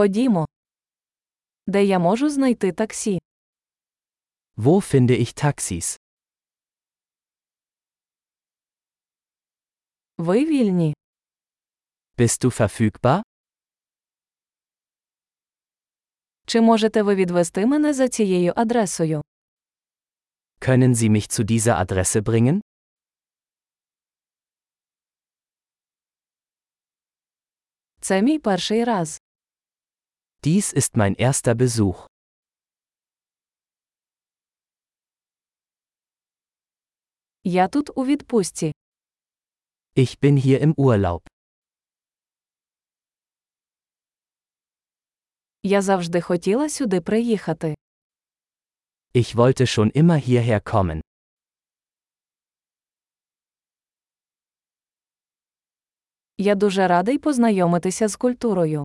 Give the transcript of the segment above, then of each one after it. Ходімо. Де я можу знайти таксі? Wo finde ich Taxis? Ви вільні? Bist du verfügbar? Чи можете ви відвести мене за цією адресою? Können Sie mich zu dieser Adresse bringen? Це мій перший раз. Dies ist mein erster Besuch. Я тут у відпустці. Ich bin hier im Urlaub. Я завжди хотіла сюди приїхати. Ich wollte schon immer hierher kommen. Я дуже радий познайомитися з культурою.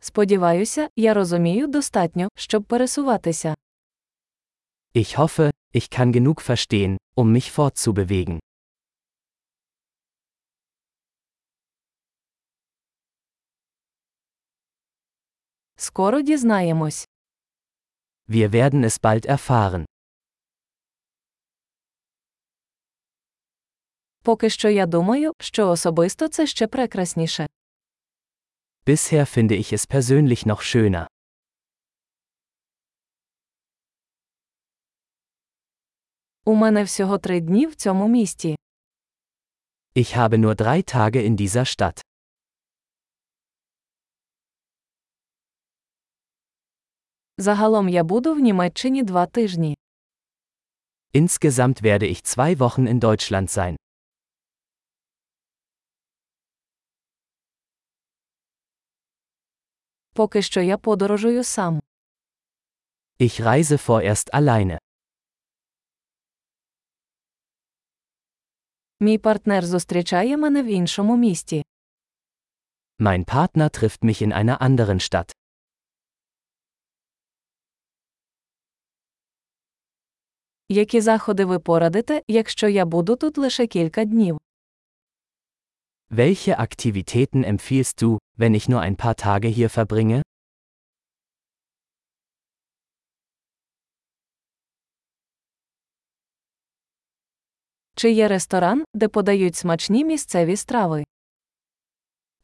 Сподіваюся, я розумію достатньо, щоб пересуватися. Ich hoffe, ich kann genug verstehen, um mich fortzubewegen. Скоро дізнаємось. Wir werden es bald erfahren. Поки що я думаю, що особисто це ще прекрасніше. Bisher finde ich es persönlich noch schöner. У мене всього три дні в цьому місті. Ich habe nur drei Tage in dieser Stadt. Загалом я буду в Німеччині два тижні. Insgesamt werde ich zwei Wochen in Deutschland sein. Поки що я подорожую сам. Ich reise vorerst alleine. Мій партнер зустрічає мене в іншому місті. Mein Partner trifft mich in einer anderen Stadt. Які заходи ви порадите, якщо я буду тут лише кілька днів? Welche Aktivitäten empfiehlst du, wenn ich nur ein paar Tage hier verbringe? Чи є ресторан, де подають смачні місцеві страви?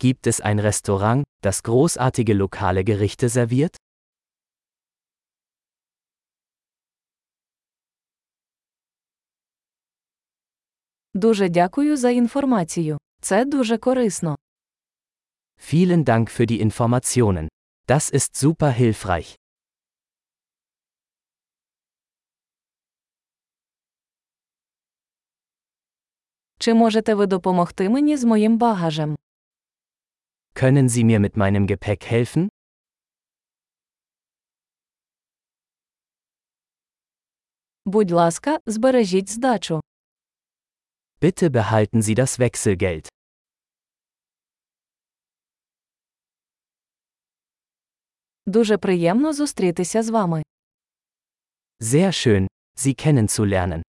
Gibt es ein Restaurant, das großartige lokale Gerichte serviert? Дуже дякую за інформацію. Це дуже корисно. Vielen Dank für die Informationen. Das ist super hilfreich. Чи можете ви допомогти мені з моїм багажем? Können Sie mir mit meinem Gepäck helfen? Будь ласка, збережіть здачу. Bitte behalten Sie das Wechselgeld. Дуже приємно зустрітися з вами. Sehr schön, Sie kennenzulernen.